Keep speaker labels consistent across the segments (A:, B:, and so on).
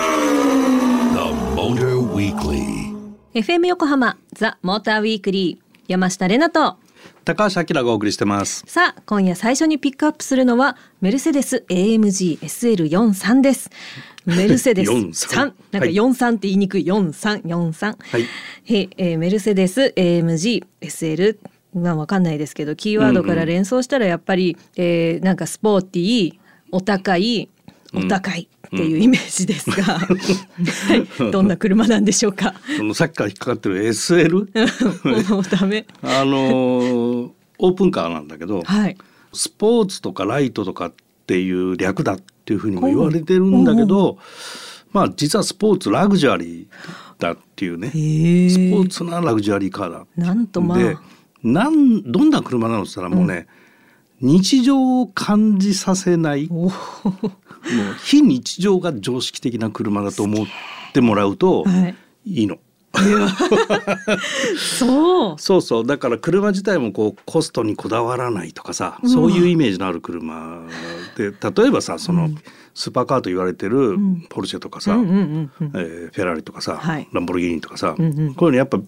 A: The Motor Weekly.
B: FM 横浜ザ・モーターウィークリー山下れなと
C: 高橋明がお送りしてます。
B: さあ今夜最初にピックアップするのはメルセデス AMG SL43 ですメル セデス
C: 43
B: 3なんか
C: はい
B: 43って言いにくい4343
C: はい
B: へえーメルセデス AMG SL まあわかんないですけどキーワードから連想したらやっぱり、えーなんかスポーティーお高いお高いっていうイメー ジですが、はいどんな車なんでしょうか
C: そのさっきから引っかかってる SL、
B: もうダメ
C: あのーオープンカーなんだけど、
B: はい
C: スポーツとかライトとかっていう略だっていうふうにも言われてるんだけど、まあ実はスポーツラグジュアリーだっていうね、
B: へえ
C: スポーツなラグジュアリーカーだ。
B: なんとまあ
C: で、なんどんな車なのって言ったらもうね、日常を感じさせない。
B: おー
C: もう非日常が常識的な車だと思ってもらうと
B: はい
C: いいの。
B: そう
C: そうそうだから車自体もこうコストにこだわらないとかさ、そういうイメージのある車で例えばさその、スーパーカーと言われてるポルシェとかさ、
B: うんうんうん
C: えーフェラーリとかさ、
B: はい
C: ランボルギーニとかさ、
B: うんうん
C: こういうのやっぱ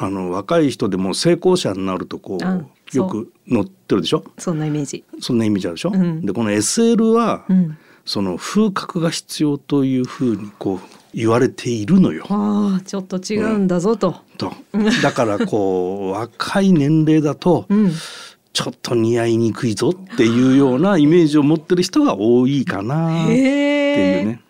C: あの若い人でも成功者になるとこ
B: あ
C: うよく乗ってるでしょ
B: そんなイメージ、
C: そんなイメージあるでしょ、
B: うん
C: でこの SL は、
B: うん、
C: その風格が必要というふうにこう言われているのよ。
B: ああちょっと違うんだぞと、
C: とだからこう若い年齢だと
B: うん
C: ちょっと似合いにくいぞっていうようなイメージを持ってる人が多いかなっていう
B: へえ、
C: ね。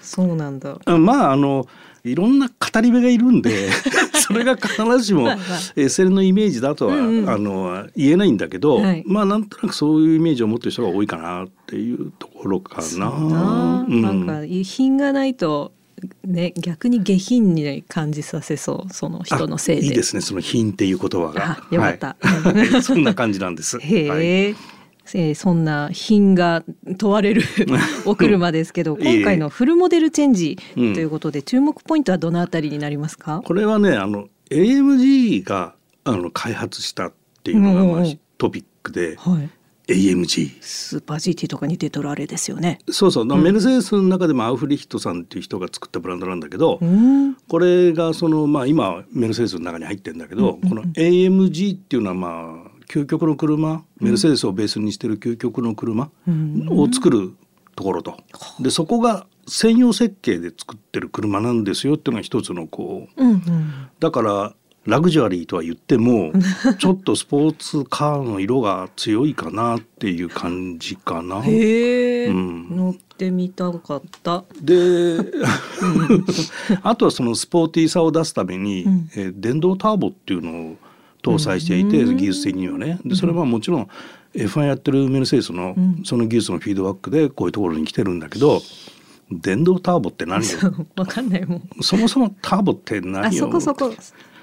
B: そうなんだ
C: まああのいろんな語り部がいるん でそれが必ずしも
B: まあまあ
C: SL のイメージだとは、
B: うんうん
C: あの言えないんだけど、
B: はい
C: まあなんとなくそういうイメージを持ってる人が多いかなっていうところかな。
B: な,、
C: うん
B: なんか遺品がないとね逆に下品に感じさせそうその人のせいで
C: あいいですねその品っていう言葉が
B: あよかった
C: はい はいそんな感じなんです
B: へえ、
C: はい
B: えーそんな品が問わ れるお車ですけど
C: いえいえ
B: 今回のフルモデルチェンジと
C: うん
B: いうことで、注目ポイントはどのあたりになりますか
C: これはねあの AMG があの開発したっていうのが、ま
B: うん
C: あ
B: うんうん
C: トピックで
B: はい、
C: AMG
B: スーパー GT とかに出とるあれですよね。
C: そうそう、メルセデスの中でもアウフリヒトさんっていう人が作ったブランドなんだけど、
B: うん、
C: これがその、まあ、今メルセデスの中に入ってるんだけど、この AMG っていうのはまあ究極の車メルセデスをベースにしてる究極の車
B: うん
C: を作るところと、でそこが専用設計で作ってる車なんですよっていうのが一つのこう
B: うん、うん、
C: だからラグジュアリーとは言って もちょっとスポーツカーの色が強いかなっていう感じかな。
B: へえ、
C: うん
B: 乗ってみたかった。
C: で あとはそのスポーティーさを出すために、
B: うん
C: えー電動ターボっていうのを搭載していて、技術的にはねでそれはもちろん F1 やってるメルセデスの、
B: うん
C: その技術のフィードバックでこういうところに来てるんだけど電動ターボって何よ
B: わかんないもん。
C: そもそもターボって
B: あ
C: 何よ
B: そこそこ。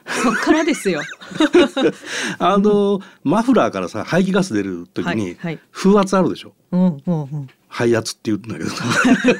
B: そっからで すよ。
C: あのマフラーからさ排気ガス出る時
B: は
C: に、
B: いはい
C: 風圧あるでしょ
B: うんうんうん。
C: 排圧って言うんだけ ど
B: 風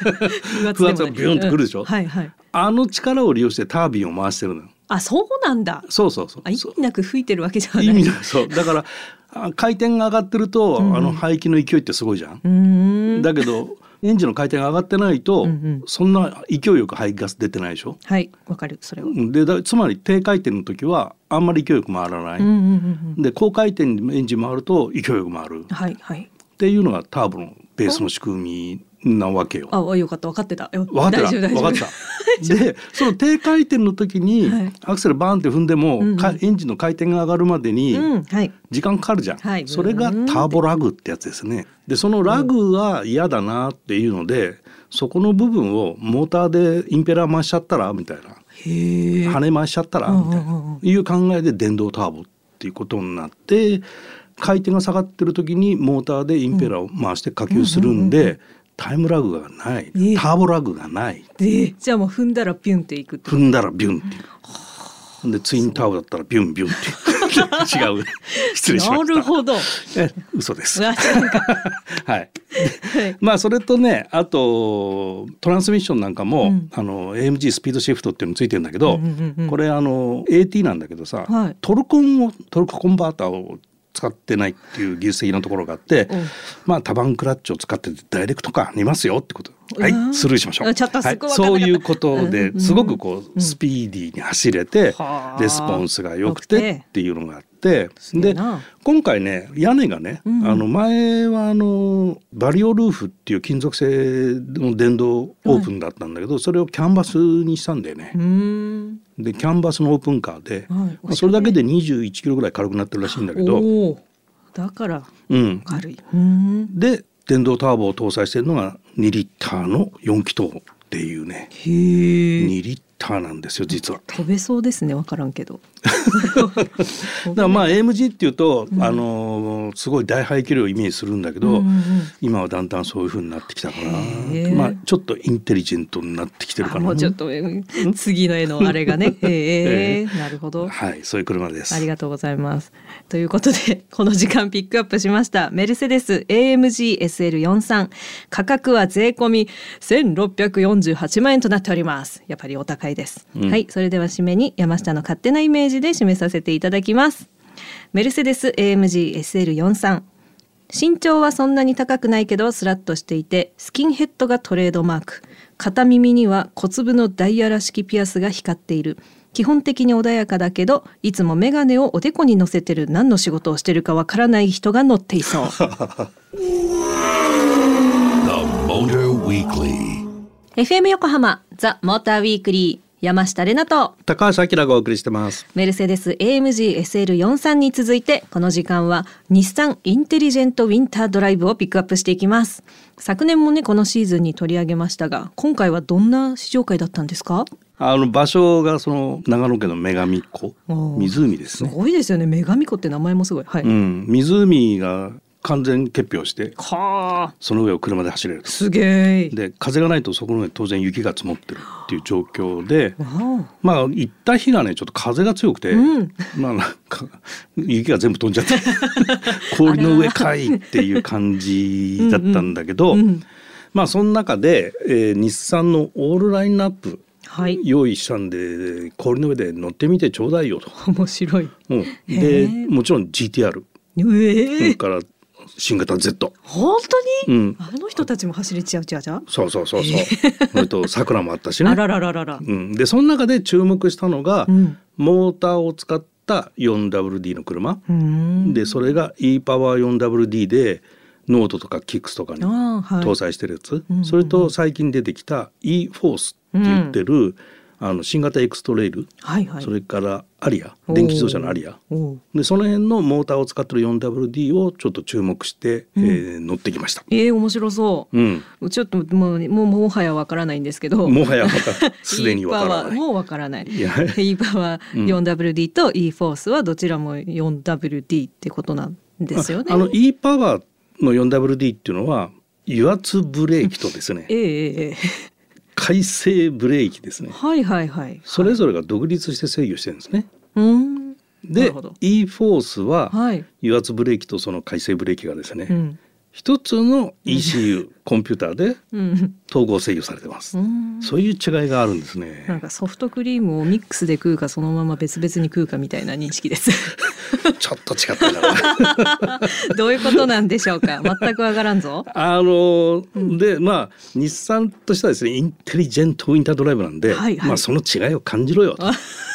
C: 風圧がビュンってくるでしょ
B: うんはいはい。
C: あの力を利用してタービンを回してるのよ
B: あそうなんだ。
C: そうそうそう
B: あ意味なく吹いてるわけじゃない。
C: 意味ないそうだからあ回転が上がってると、あの排気の勢いってすごいじゃん
B: う、ーん。
C: だけどエンジンの回転が上がってないと、
B: うんうん
C: そんな勢いよく排気ガス出てないでしょ
B: はいわかるそれは。うん
C: でだつまり低回転の時はあんまり勢いよく回らない、
B: うんうん
C: で高回転にエンジン回ると勢いよく回る
B: うん。はいはい。
C: っていうのがターボのベースの仕組みなわけよ。
B: ああよかった分かってた。分
C: 分かってた
B: 大丈夫 大丈
C: 分
B: 夫。
C: かってた。でその低回転の時に
B: はい
C: アクセルバーンって踏んでも、
B: うんうん
C: かエンジンの回転が上がるまでに
B: うんはい。
C: 時間かかるじゃん、
B: はい
C: それがターボラグってやつですねでそのラグが嫌だなっていうので、そこの部分をモーターでインペラー回しちゃったらみたいな
B: へえ。
C: 跳ね回しちゃったら
B: う
C: み
B: ん
C: たい
B: うんうんうん
C: ないう考えで電動ターボっていうことになって回転が下がってる時にモーターでインペラーを回して下級するんで、タイムラグがないタ
B: ええ
C: ーボラグがない
B: でじゃあもう踏んだらビュンっていくって。
C: 踏んだらビュンっていうでツインターボだったらビュンビュンっていう 違う失礼しま
B: な
C: した
B: る ほど。う
C: え嘘です
B: わ違うか。
C: はい
B: はい。
C: まあそれとねあとトランスミッションなんかも、
B: うん
C: あの AMG スピードシフトっていうのついてるんだけど、
B: うんうんうんうん
C: これあの AT なんだけどさ、
B: はい
C: トルコンをトルココンバーターを使ってないっていう技術的なところがあって、
B: うん
C: まあ多番クラッチを使ってダイレクトか見ますよってことは
B: うわー
C: いスルーしましょう
B: ちょっとすご
C: はい、
B: いわかんなかった
C: そういうこと
B: う
C: で
B: んうん
C: すごくこうスピーディーに走れて
B: はあ
C: レスポンスが良く
B: 良く
C: て
B: て
C: っていうのがあって
B: すごい
C: で
B: な
C: 今回ね屋根がね、
B: うん
C: あの前はあのバリオルーフっていう金属製の電動オープンだったんだけど、それをキャンバスにしたんだよね
B: う。ーん
C: でキャンバスのオープンカーで、
B: はい
C: まあそれだけで21キロぐらい軽くなってるらしいんだけど、
B: おおだから
C: うん、
B: 軽い。うーん
C: で電動ターボを搭載してるのが2リッターの4気筒っていうね
B: へえ。
C: 2リッターなんですよ実は。
B: 飛べそうですね。わからんけど。
C: だからまあ AMG っていうと、あのーすごい大排気量をイメージするんだけど、
B: うんうんうん
C: 今はだんだんそういう風になってきたか
B: へ
C: な、
B: ー
C: まあ、ちょっとインテリジェントになってきてるか
B: あ
C: な
B: もうちょっと次の絵のあれが ね。へえ。なるほど。
C: はいそういう車です
B: ありがとうございます。ということで、 この時間ピックアップしました。メルセデス AMG SL43。価格は税込み1648万円となっております。やっぱりお高いです。
C: うん
B: はい、それでは締めに山下の勝手なイメージで締めさせていただきます。メルセデス AMG SL43。身長はそんなに高くないけどスラッとしていてスキンヘッドがトレードマーク片耳には小粒のダイヤらしきピアスが光っている基本的に穏やかだけどいつもメガネをおでこに乗せてる何の仕事をしてるかわからない人が乗って いそう
A: The Motor Weekly.
B: FM 横浜ザ・モーターウィークリー山下れなと
C: 高橋明がお送りしてます
B: メルセデス AMG SL43 に続いてこの時間は日産インテリジェントウィンタードライブをピックアップしていきます昨年もねこのシーズンに取り上げましたが今回はどんな試乗会だったんですか
C: あの場所がその長野県の女神湖
B: おー
C: 湖です
B: す
C: ね
B: ごいですよね女神子って名前もすごいはい、
C: うん湖が完全結氷して
B: はあ
C: その上を車で走れると
B: すげえ
C: で風がないとそこの上当然雪が積もってるっていう状況で
B: わお
C: まあ行った日がねちょっと風が強くて、
B: うん
C: まあなんか雪が全部飛んじゃって 氷の上かいっていう感じだったんだけど
B: うんうん
C: まあその中で、えー日産のオールラインナップ
B: はい
C: 用意したんで氷の上で乗ってみてちょうだいよと。
B: 面白い
C: うん
B: へ
C: で
B: ー
C: もちろん GTR
B: ええ
C: それから新型 Z、
B: 本
C: う
B: 当に、
C: ん、
B: あの人たちも走りちゃうちゃうちゃう
C: そうそうそうそうそれと桜もあったしね
B: あ。ららららら
C: うん、でその中で注目したのが、
B: うん
C: モーターを使った 4WD の車、
B: うーん
C: でそれが e パワー 4WD でノートとかキックスとかに
B: あーはい
C: 搭載してるやつ、
B: うんうん
C: それと最近出てきた e フォースって言ってる、あの新型エクストレイル、
B: はいはい
C: それからアリア電気自動車のアリア
B: おう
C: でその辺のモーターを使ってる 4WD をちょっと注目して、えー乗ってきました。
B: えー、面白そ
C: うん、
B: う。ちょっともうもうもはやわからないんですけど。
C: もはやわ かすでにわから
B: いいパワ
C: な
B: ー
C: い。
B: もうわからない。
C: いや
B: E パワー 4WD と E フォースはどちらも 4WD ってことなんですよね。
C: あの e パワーの 4WD っていうのは油圧ブレーキとですね
B: ええええええ
C: 回生ブレーキですね
B: はいはいはい。
C: それぞれが独立して制御してるんですね。
B: うーん。な
C: で
B: るほど
C: e フォースは
B: はい。
C: 油圧ブレーキとその回生ブレーキがです
B: う
C: ね
B: ん。
C: 一つの ECU コンピューターで
B: うん。
C: 統合制御されてます
B: う。ん
C: そういう違いがあるんです
B: なん
C: ね。
B: かソフトクリームをミックスで食うかそのまま別々に食うかみたいな認識です。
C: ちょっと違ったな。
B: どういうことなんでしょうか。全くわからんぞ。
C: あのでまあ日産としてはですねインテリジェントウィンタードライブなんで、
B: はいはい
C: まあその違いを感じろよと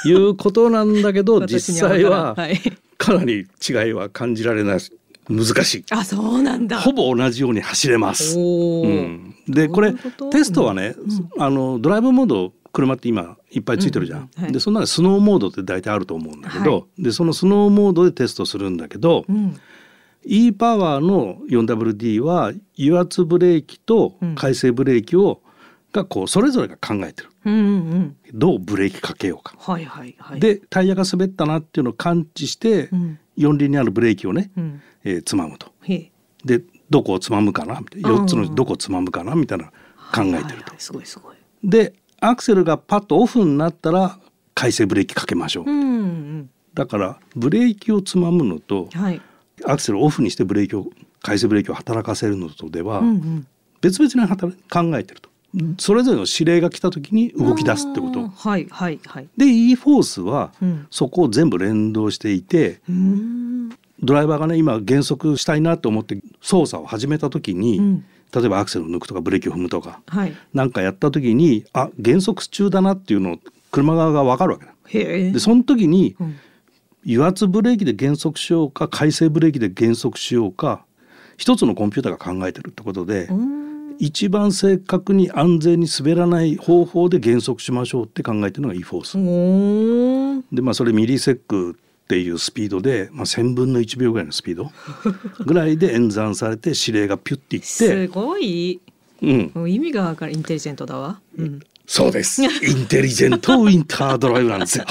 C: いうことなんだけど
B: 私
C: 実
B: には
C: 際は
B: わからんはい。
C: かなり違いは感じられない難しい。
B: あ、そうなんだ。
C: ほぼ同じように走れます。
B: おお、
C: うん、でこ
B: ど
C: れ
B: ういうこと
C: テストはね、あのドライブモード車って今いっぱいついてるじゃん。
B: うんうんはい
C: でその中でスノーモードって大体あると思うんだけど、
B: は
C: でそのスノーモードでテストするんだけど、
B: うん、
C: e パワーの 4WD は油圧ブレーキと
B: うん
C: 回生ブレーキを、がこうそれぞれが考えてる。
B: うんうんうん
C: どうブレーキかけようか。
B: はいはいはい
C: でタイヤが滑ったなっていうのを感知して、
B: うん
C: 四輪にあるブレーキをね、
B: うん
C: えーつまむと。
B: へえ
C: でどこをつまむかなみたいな
B: うんうん
C: 4つのうちどこをつまむかなみたいな考えてると。
B: はいはいすごいすごい
C: でアクセルがパッとオフになったら回生ブレーキかけましょう、
B: うんうん
C: だからブレーキをつまむのと
B: はい
C: アクセルをオフにしてブレーキを回生ブレーキを働かせるのとでは、
B: うんうん
C: 別々に働い考えてるとそれぞれの指令が来た時に動き出すってこ
B: あー
C: と
B: はいはいはい
C: で e フォースは
B: うん
C: そこを全部連動していて
B: うーん
C: ドライバーがね今減速したいなと思って操作を始めた時に、
B: うん
C: 例えばアクセルを抜くとかブレーキを踏むとか
B: はい。
C: なんかやった時にあ減速中だなっていうのを車側が分かるわけだ。
B: へえ
C: で。その時に
B: うん
C: 油圧ブレーキで減速しようか回生ブレーキで減速しようか一つのコンピューターが考えてるってことで、
B: うん
C: 一番正確に安全に滑らない方法で減速しましょうって考えてるのが e フォース、
B: おー
C: でまあそれミリセックっていうスピードで、まあ、1000分の1秒ぐらいのスピー ドぐらいで演算されて指令がピュッてい
B: す
C: って、
B: ごい。
C: うん、
B: もう意味がわかるインテリジェントだわ。 うん。
C: そうですイ ンテリジェントウィンタードライブなんですよ。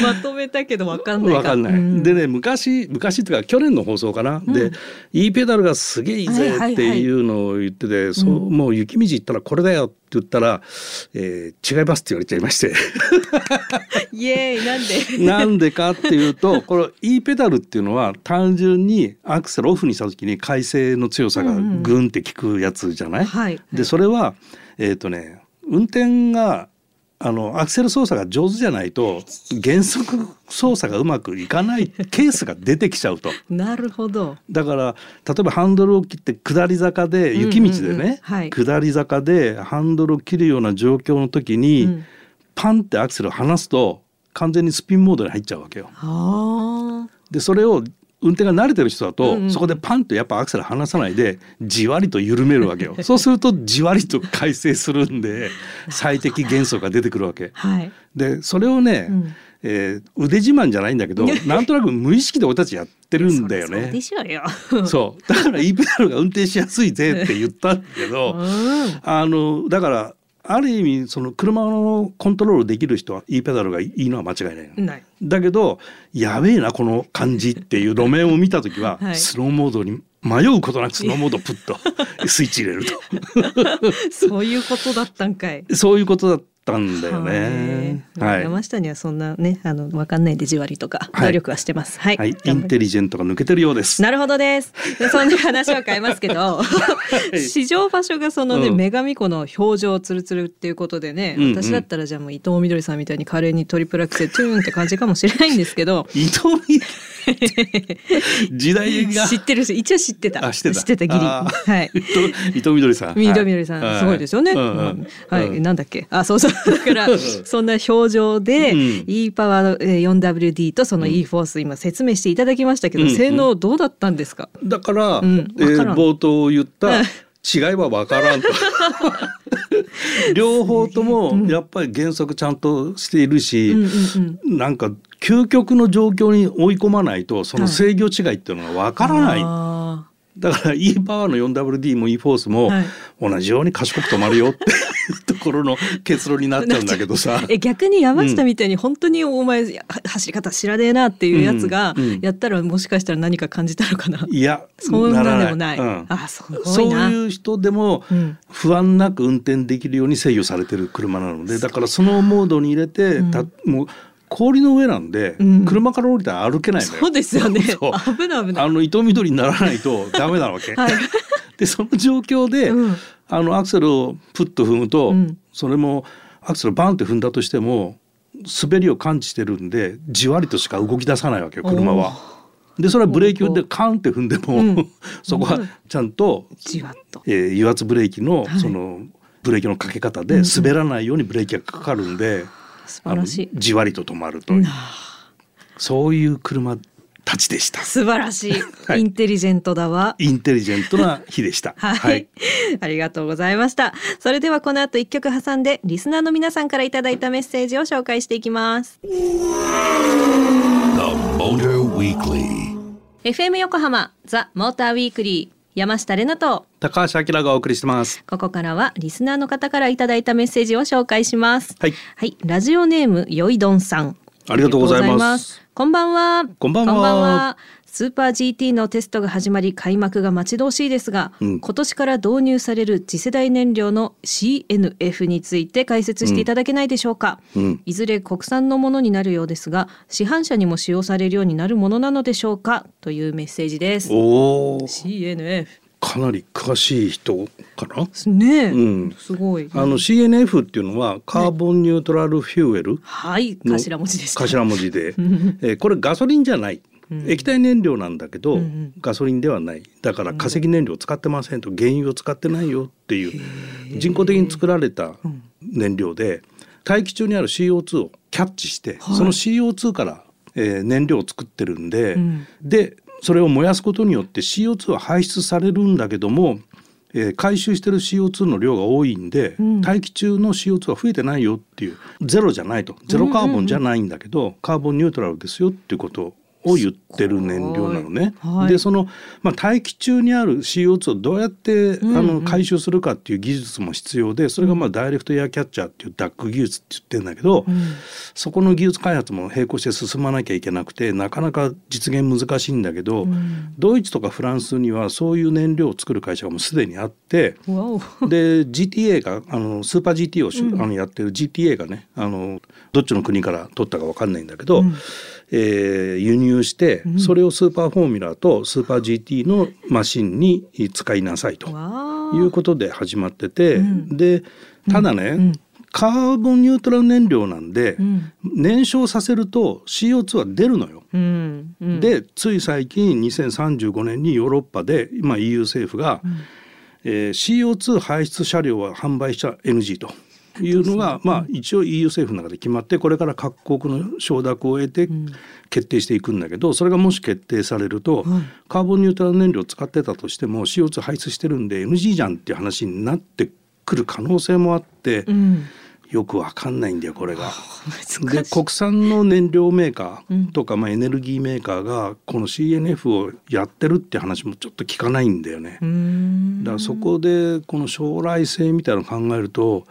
B: まとめたけどわかんない
C: わかんない、
B: うん
C: でね昔昔っていうか去年の放送かな、で「いいペダルがすげえいいぜ」
B: はいはいはい
C: っていうのを言ってて、そうもう雪道行ったらこれだよって言ったら「えー違います」って言われちゃいまして
B: イエーイなんで。
C: なんでかっていうとこの E ペダルっていうのは単純にアクセルオフにした時に回生の強さがグンって効くやつじゃない、
B: はいはい
C: でそれはえっ、とね運転があのアクセル操作が上手じゃないと減速操作がうまくいかないケースが出てきちゃうと。
B: なるほど。
C: だから例えばハンドルを切って下り坂で
B: うんうん
C: 雪道でね、
B: はい
C: 下り坂でハンドルを切るような状況の時に、
B: うん
C: パンってアクセルを離すと完全にスピンモードに入っちゃうわけよ。
B: ああ。
C: でそれを運転が慣れてる人だと、
B: うんうん
C: そこでパンとやっぱアクセル離さないでじわりと緩めるわけ よ。そうするとじわりと改正するんで最適減速が出てくるわけ。
B: はい。
C: でそれをね、
B: うん
C: えー腕自慢じゃないんだけ どなんとなく無意識で俺たちやってるんだよ
B: そりゃそ
C: ね
B: うで。しょうよ。
C: そうだから E ペダルが運転しやすいぜって言ったんだけ
B: う
C: ど
B: ん。
C: あのだからある意味その車のコントロールできる人は E ペダルがいいのは間違いないの。
B: ない。
C: だけどやべえなこの感じっていう路面を見た時は、
B: はい
C: スノーモードに迷うことなくスノーモ ードプッと スイッチ入れると
B: そういうことだったんかい。
C: そういうことだったんだよね。
B: はい
C: はい
B: 山下にはそんなね、あの、わかんないでじわりとか、
C: はい
B: 努力はしてます。はい。
C: はい、イ
B: 頑張
C: ン
B: り
C: テリジェントが抜けてるようです。
B: なるほどです。でそんな話は変えますけど、
C: い
B: 市場場所がそのね、
C: うん
B: 女神湖の表情つるつるっていうことでね、
C: うんうん、
B: 私だったらじゃあもう伊藤みどりさんみたいに華麗にトリプルアクセルトゥーンって感じかもしれないんですけど
C: 伊藤 美時代が
B: 知ってるし一応知ってた。
C: あ知ってた
B: ギリ。
C: あー
B: はい。
C: 伊藤伊藤みどり さん。
B: みどみどりさん、
C: は
B: すごいですよね。
C: う
B: うん
C: うん
B: んはい、
C: うん
B: なんだっけ、あ、そうそう、だから、そんな表情で、
C: うん
B: E パワーえー 4WD とその E フォース、今説明していただきましたけど、
C: うんうん
B: 性能どうだったんですか。
C: だから、
B: うん
C: えー
B: わからん
C: 冒頭言った
B: うん
C: 違いは分から んと。両方ともやっぱり原則ちゃんとしているし、
B: うんうんうん
C: なんか究極の状況に追い込まないとその制御違いっていうのが分からない、
B: あー
C: だから E パワーの 4WD も E フォースも
B: はい
C: 同じように賢く止まるよっていうところの結論になっちゃうんだけどさ。
B: え逆に山下みたいに本当にお前、は走り方知らねえなっていうやつが
C: うんうん
B: やったらもしかしたら何か感じたのかな。
C: いや
B: そんなでもない。
C: らうん
B: あすごいな。
C: そういう人でも
B: うん
C: 不安なく運転できるように制御されてる車なのでだからそのモードに入れて、たもう氷の上なんで、
B: うん
C: 車から降りたら歩けないのよ
B: そうですよ ね。
C: そう
B: 危ない危ない。
C: あの糸緑にならないとダメなわけ。
B: はい
C: でその状況で、
B: うん
C: あのアクセルをプッと踏むと、
B: うん
C: それもアクセルバンって踏んだとしても滑りを感知してるんでじわりとしか動き出さないわけよ車は。でそれはブレーキをでカンって踏んでも、
B: うん
C: そこはちゃんと
B: じわっと。
C: えー油圧ブレーキの、
B: はい
C: そのブレーキのかけ方で滑らないようにブレーキがかかるんで、
B: 素
C: あ
B: 晴
C: の
B: らしい。
C: じわりと止まるという、そういう車たちでした
B: 素晴らしい。
C: はい
B: インテリジェントだわ。
C: インテリジェントな日でした、
B: はい、ありがとうございました。それではこの後一曲挟んでリスナーの皆さんからいただいたメッセージを紹介していきます。
A: The Motor Weekly.
B: FM 横浜ザ・モーターウィークリー山下れなと
C: 高橋明がお送りしてます
B: ここからはリスナーの方からいただいたメッセージを紹介します
C: はい
B: ラジオネームよいどんさん
C: ありがとうございます
B: ありがとうございますこんばんは
C: こんばんは
B: スーパー GT のテストが始まり開幕が待ち遠しいですが、
C: うん
B: 今年から導入される次世代燃料の CNF について解説していただけないでしょうか、
C: うん
B: いずれ国産のものになるようですが市販車にも使用されるようになるものなのでしょうかというメッセージです
C: おお
B: CNF
C: かなり詳しい人かな
B: ねえ、
C: うん
B: すごい
C: あの CNF っていうのはカーボンニュートラルフューエル
B: はい
C: の
B: 頭文字です
C: 頭文字で、えーこれガソリンじゃない
B: うん
C: 液体燃料なんだけど、
B: うんうん
C: ガソリンではないだから化石燃料を使ってませんと原油を使ってないよっていう人工的に作られた燃料で大気中にある CO2 をキャッチして、
B: はい
C: その CO2 から、えー燃料を作ってるんで、
B: うん
C: でそれを燃やすことによって CO2 は排出されるんだけども、えー回収してる CO2 の量が多いんで、
B: うん
C: 大気中の CO2 は増えてないよっていうゼロじゃないとゼロカーボンじゃないんだけど、カーボンニュートラルですよっていうことを言ってる燃料なのね。
B: すごいはい
C: でその、まあ、大気中にある CO2 をどうやって、
B: んうん
C: あの回収するかっていう技術も必要でそれが、まあ、ダイレクトエアキャッチャーっていうダック技術って言ってるんだけど、
B: うん
C: そこの技術開発も並行して進まなきゃいけなくてなかなか実現難しいんだけど、
B: うん
C: ドイツとかフランスにはそういう燃料を作る会社がもうすでにあって。
B: わお
C: で GTA があのスーパー GT をし、あのやってる GTA がねあのどっちの国から取ったか分かんないんだけど、えー輸入して、それをスーパーフォーミュラーとスーパー GT のマシンに使いなさいと
B: わあ
C: いうことで始まってて、
B: うん
C: でただね、カーボンニュートラル燃料なんで、
B: うん
C: 燃焼させると CO2 は出るのよ。
B: うんうん
C: でつい最近2035年にヨーロッパで今 EU 政府が、えー CO2 排出車両は販売しちゃ NG と。いうのが、まあ、一応 EU 政府の中で決まってこれから各国の承諾を得て決定していくんだけどそれがもし決定されると、カーボンニュートラル燃料を使ってたとしても CO2 排出してるんで NG じゃんっていう話になってくる可能性もあって、
B: うん
C: よくわかんないんだよこれが。
B: 難
C: で
B: しい
C: 国産の燃料メーカーとか、まあ、エネルギーメーカーがこの CNF をやってるって話もちょっと聞かないんだよね。
B: うん
C: だからそこでこの将来性みたいなのを考えると、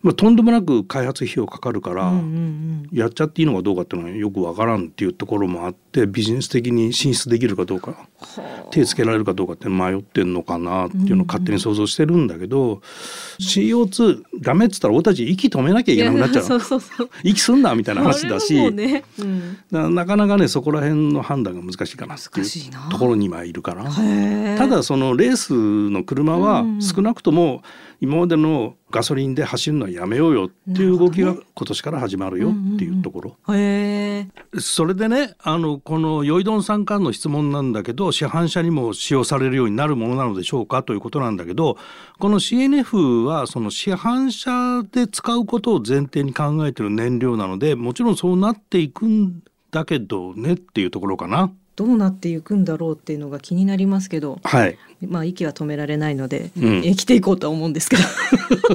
C: まあ、とんでもなく開発費用かかるから、
B: うんうん
C: やっちゃっていいのかどうかっていうのはよくわからんっていうところもあってビジネス的に進出できるかどうか手つけられるかどうかって迷ってんのかなっていうのを勝手に想像してるんだけど、CO2 ダメっつったら俺たち息止めなきゃいけなくなっちゃう
B: いや そうそうそう
C: 息すんなみたいな話だし。
B: それはもうねうん
C: ななかなかねそこら辺の判断が難しいかなってい
B: 難しいうな
C: ところに今いるかな。
B: へえ
C: ただそのレースの車は
B: うん
C: 少なくとも今までのガソリンで走るのはやめようよっていう動き
B: な
C: が
B: る
C: 今年から始まるよっていうところ。
B: へえ
C: それでねあのこのヨイドンさんからの質問なんだけど市販車にも使用されるようになるものなのでしょうかということなんだけどこの CNF はその市販車で使うことを前提に考えてる燃料なのでもちろんそうなっていくんだけどねっていうところかな。
B: どうなっていくんだろうっていうのが気になりますけど
C: はい、
B: まあ息は止められないので、
C: うん
B: 生きていこうとは思うんですけ ど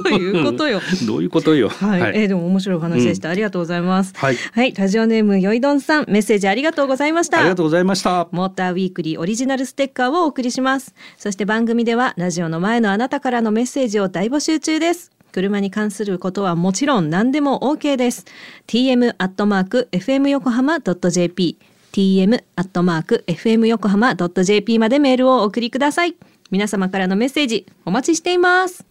B: ということよ。
C: どういうことよ。
B: はい、えーでも面白いお話でした、ありがとうございます。
C: はい
B: ラジオネームよいどんさん、メッセージありがとうございました。
C: ありがとうございました。
B: モーターウィークリーオリジナルステッカーをお送りしますそして番組ではラジオの前のあなたからのメッセージを大募集中です車に関することはもちろん何でも OK です tm アットマーク fm 横浜 .jp tm アットマーク fm 横浜 .jp までメールをお送りください皆様からのメッセージお待ちしています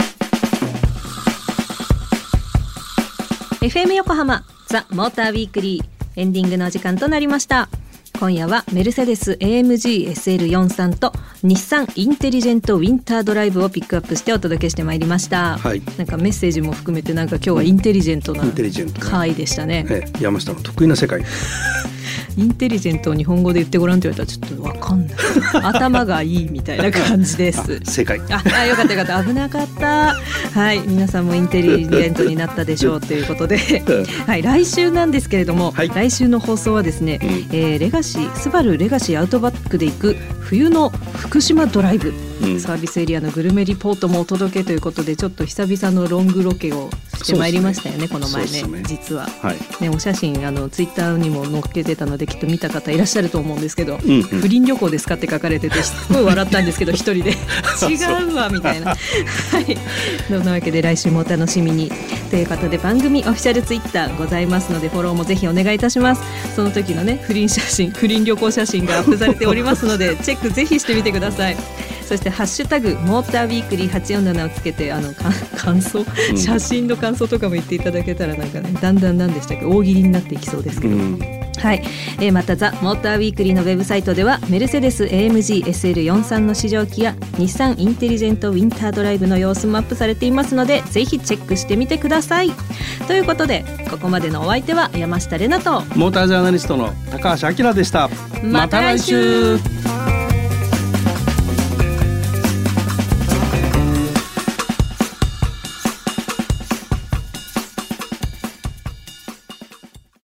B: FM 横浜ザ・モーターウィークリーエンディングのお時間となりました今夜はメルセデス AMG SL43 と日産インテリジェントウィンタードライブをピックアップしてお届けしてまいりました、
C: はい
B: なんかメッセージも含めてなんか今日はインテリジェントな
C: インテリジェントね
B: 回でしたね
C: えー山下の得意な世界。
B: インテリジェントを日本語で言ってごらんって言われたらちょっとわか んない頭がいいみたいな感じです
C: 世界。
B: ああよかったよかった危なかったはい皆さんもインテリジェントになったでしょうということではい来週なんですけれども、
C: はい
B: 来週の放送はですね、えーレガシースバルレガシーアウトバックで行く冬の福島ドライブ、
C: うん
B: サービスエリアのグルメリポートもお届けということでちょっと久々のロングロケをしてまいりましたよね
C: そう
B: こ
C: で
B: の
C: す
B: 前
C: ね
B: ね
C: そうですね
B: 実は。
C: はい。
B: ね、お写真あのツイッターにも載っけてたのできっと見た方いらっしゃると思うんですけど、
C: んうん
B: 不倫旅行ですかって書かれててすごい笑ったんですけ ど一人で違うわみたいな。はい、そんなわけで来週もお楽しみにということで番組オフィシャルツイッターございますのでフォローもぜひお願いいたしますその 時のね不倫写真不倫旅行写真がアップされておりますのでチェックぜひしてみてください。それそしてハッシュタグモーターウィークリー847をつけてあのか感想、
C: うん
B: 写真の感想とかも言っていただけたらなんかねだんだんなんでしたっけ大喜利になっていきそうですけ
C: う
B: ど、
C: ん
B: はい、えーまたザ・モーターウィークリーのウェブサイトではメルセデス AMG SL43 の試乗機や日産インテリジェントウィンタードライブの様子もアップされていますのでぜひチェックしてみてくださいということでここまでのお相手は山下れなと
C: モータージャーナリストの高橋明でした
B: また来週
C: また来週